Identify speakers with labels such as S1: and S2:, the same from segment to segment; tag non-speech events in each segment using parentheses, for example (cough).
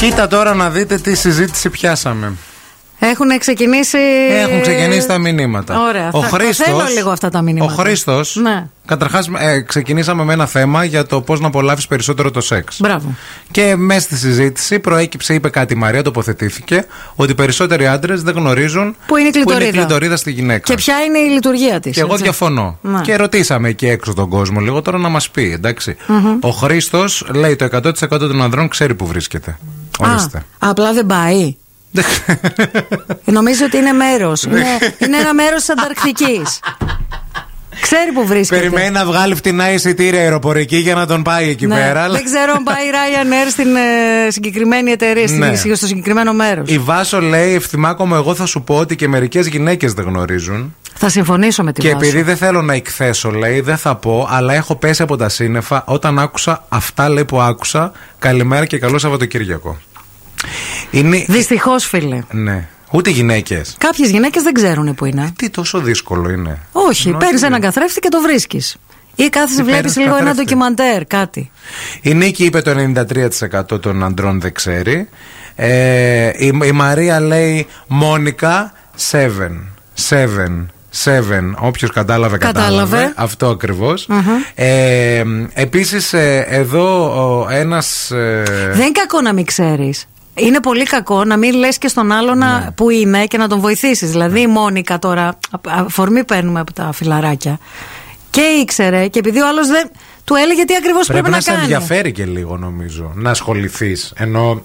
S1: Κοίτα τώρα να δείτε τι συζήτηση πιάσαμε.
S2: Έχουν ξεκινήσει.
S1: Έχουν ξεκινήσει τα μηνύματα.
S2: Ε, Ωραία.
S1: Ο
S2: θα- θα
S1: Χρήστος-
S2: θέλω λίγο αυτά τα
S1: Ο
S2: μηνύματα.
S1: Χρήστος.
S2: Ναι.
S1: Καταρχάς, ξεκινήσαμε με ένα θέμα για το πώς να απολαύει περισσότερο το σεξ.
S2: Μπράβο.
S1: Και μέσα στη συζήτηση προέκυψε, είπε κάτι η Μαρία, τοποθετήθηκε, ότι περισσότεροι άντρες δεν γνωρίζουν
S2: Πού είναι η κλειτορίδα.
S1: κλειτορίδα στη γυναίκα.
S2: Και ποια είναι η λειτουργία της.
S1: Και εγώ διαφωνώ.
S2: Ναι.
S1: Και ρωτήσαμε εκεί έξω τον κόσμο λίγο τώρα να μας πει, εντάξει. Ο Χρήστος λέει το 100% των ανδρών ξέρει που βρίσκεται.
S2: (laughs)
S1: Ορίστε.
S2: απλά δεν πάει. Νομίζω ότι είναι μέρος.
S1: (laughs)
S2: είναι, είναι ένα μέρος της Ανταρκτικής. Ξέρει που βρίσκεται.
S1: Περιμένει να βγάλει φτηνά εισιτήρια αεροπορική για να τον πάει εκεί
S2: Ναι.
S1: πέρα. αλλά-
S2: Δεν ξέρω αν πάει η Ryanair στην ε, συγκεκριμένη εταιρεία, στην-
S1: Ναι.
S2: στο συγκεκριμένο μέρος.
S1: Η Βάσο λέει: Ευθυμάκο μου, εγώ θα σου πω ότι και μερικές γυναίκες δεν γνωρίζουν.
S2: Θα συμφωνήσω με τη
S1: Και
S2: Βάσο.
S1: επειδή δεν θέλω να εκθέσω, λέει, δεν θα πω, αλλά έχω πέσει από τα σύννεφα όταν άκουσα αυτά λέει, που άκουσα. Καλημέρα και καλό Σαββατοκύριακο. Είναι.
S2: Δυστυχώς, φίλε.
S1: Ναι. Ούτε γυναίκες.
S2: Κάποιες γυναίκες δεν ξέρουν που είναι.
S1: Τι τόσο δύσκολο είναι.
S2: Όχι,
S1: Ενώ
S2: παίρνει
S1: τι-
S2: έναν καθρέφτη και το βρίσκεις. Ή κάθεσαι,
S1: Τι
S2: βλέπει
S1: Ε, παίρνεις
S2: λίγο ένα
S1: καθρέφτη?
S2: ντοκιμαντέρ, κάτι.
S1: Η Νίκη είπε το 93% των αντρών δεν ξέρει. Ε, η, η Μαρία λέει Μόνικα 7. 7. 7. Όποιος κατάλαβε, κατάλαβε.
S2: Κατάλαβε.
S1: Αυτό ακριβώς. Ε, Επίσης, εδώ ο ε, ένα.
S2: Δεν είναι κακό να μην ξέρεις. Είναι πολύ κακό να μην λες και στον άλλο να,
S1: Ναι.
S2: που είναι και να τον βοηθήσεις. Δηλαδή, η Μόνικα τώρα, α- αφορμή παίρνουμε από τα φιλαράκια. Και ήξερε, και επειδή ο άλλος δεν. του έλεγε τι ακριβώς πρέπει,
S1: Πρέπει να, σε
S2: κάνει.
S1: ενδιαφέρει και λίγο, νομίζω. Να ασχοληθείς. Ενώ.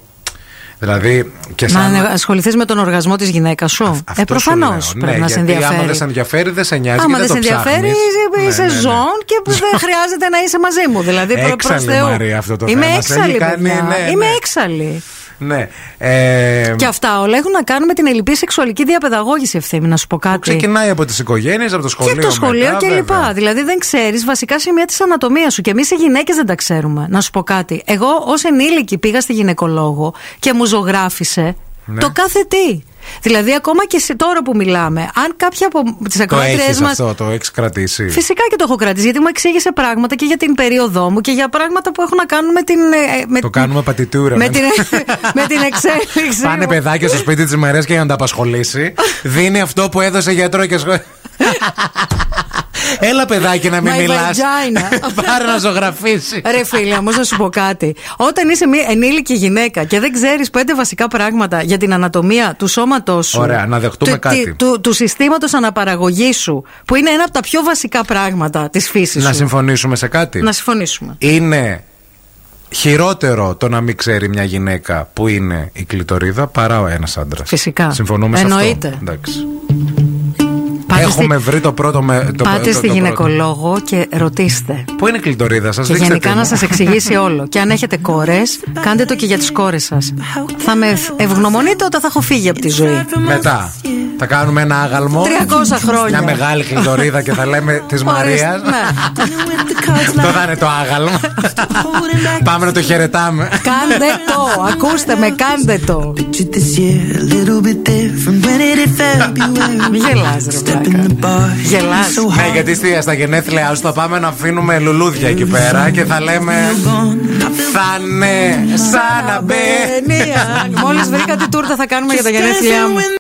S1: Δηλαδή. Και σαν...
S2: Να ασχοληθείς με τον οργασμό της γυναίκας σου.
S1: Αυτό
S2: ναι, ε,
S1: σου
S2: προφανώς
S1: λέω.
S2: πρέπει
S1: ναι,
S2: να σε
S1: γιατί
S2: ενδιαφέρει.
S1: Άμα δεν σε ενδιαφέρει, δεν σε νοιάζει.
S2: Άμα
S1: και
S2: δεν σε
S1: το
S2: ενδιαφέρει,
S1: ψάχνεις.
S2: είσαι-
S1: Ναι,
S2: είσαι
S1: ναι, ναι.
S2: ζών
S1: (laughs)
S2: και που δεν χρειάζεται να είσαι μαζί μου. Δηλαδή, προ- προς
S1: Έξαλλη,
S2: Θεού.
S1: Μαρία, αυτό το
S2: Είμαι
S1: θέμα. Σε
S2: έξαλλη,
S1: έχει κάνει,
S2: παιδιά.
S1: ναι, ναι.
S2: Είμαι έξαλλη.
S1: Ναι. Ε,
S2: Και αυτά όλα έχουν να κάνουν με την ελληπή σεξουαλική διαπαιδαγώγηση ευθύνη, να σου πω κάτι.
S1: Ξεκινάει από τις οικογένειες, από το σχολείο.
S2: Και από το σχολείο
S1: μετά,
S2: και
S1: βέβαια.
S2: λοιπά. Δηλαδή δεν ξέρεις βασικά σημεία της ανατομίας σου. Και εμείς οι γυναίκες δεν τα ξέρουμε. Να σου πω κάτι. Εγώ ως ενήλικη πήγα στη γυναικολόγο και μου ζωγράφισε
S1: Ναι.
S2: το κάθε τι. Δηλαδή, ακόμα και σε- τώρα που μιλάμε, αν κάποια από τις
S1: Το
S2: ακροάτριέ
S1: έχεις
S2: μας.
S1: αυτό, το έχεις κρατήσει.
S2: Φυσικά και το έχω κρατήσει, γιατί μου εξήγησε πράγματα και για την περίοδό μου και για πράγματα που έχουν να κάνουν με την. ε, Με,
S1: Το κάνουμε πατητούρα.
S2: με
S1: ναι.
S2: την, ε- με την εξέλιξη.
S1: Πάνε
S2: μου.
S1: παιδάκια στο σπίτι της Μαρίας και για να τα απασχολήσει. Δίνει αυτό που έδωσε γιατρό και
S2: (laughs)
S1: σχολείο. Έλα παιδάκι να μην
S2: My
S1: μιλάς.
S2: vagina.
S1: (laughs) Πάρε να ζωγραφίσεις.
S2: Ρε φίλε, όμως να σου πω κάτι. Όταν είσαι μια ενήλικη γυναίκα και δεν ξέρεις πέντε βασικά πράγματα για την ανατομία του σώματός σου.
S1: Ωραία, να δεχτούμε
S2: του,
S1: κάτι.
S2: Του, του, συστήματος αναπαραγωγής σου, που είναι ένα από τα πιο βασικά πράγματα της φύσης
S1: Να
S2: σου.
S1: συμφωνήσουμε σε κάτι.
S2: Να συμφωνήσουμε.
S1: Είναι χειρότερο το να μην ξέρει μια γυναίκα που είναι η κλητορίδα παρά ο ένας άντρας.
S2: Φυσικά.
S1: Συμφωνούμε σε
S2: Εννοείται.
S1: αυτό. Εντάξει.
S2: Πάτε στη-
S1: Έχουμε βρει το πρώτο. Με, το,
S2: πάτε
S1: το-
S2: στη
S1: το πρώτο.
S2: γυναικολόγο και ρωτήστε.
S1: Πού είναι η κλειτορίδα σας,
S2: Και γενικά να σας
S1: (laughs)
S2: εξηγήσει όλο. Και αν έχετε κόρες, κάντε το και για τις κόρες σας. Θα με ευγνωμονείτε όταν θα έχω φύγει από τη ζωή.
S1: Μετά θα κάνουμε ένα άγαλμο.
S2: 300 χρόνια.
S1: Μια μεγάλη κλειτορίδα και θα
S2: (laughs)
S1: λέμε της Μαρία.
S2: Ορίστε, ναι.
S1: Αυτό θα είναι (laughs) το άγαλμα. Πάμε να το χαιρετάμε.
S2: Κάντε το, ακούστε με, κάντε το.
S3: Pictured this year a little bit different when it in February.
S2: Μην γελάς, ρε
S3: Step
S2: βλάκα.
S3: in the bar,
S2: Γελάς.
S3: so
S1: Ναι,
S3: hard.
S1: γιατί στη- στα γενέθλιά σου θα πάμε να αφήνουμε λουλούδια εκεί πέρα και θα λέμε. Θα είναι σαν να μπαίνει.
S2: Μόλις βρήκα τι τούρτα θα κάνουμε για τα γενέθλιά μου.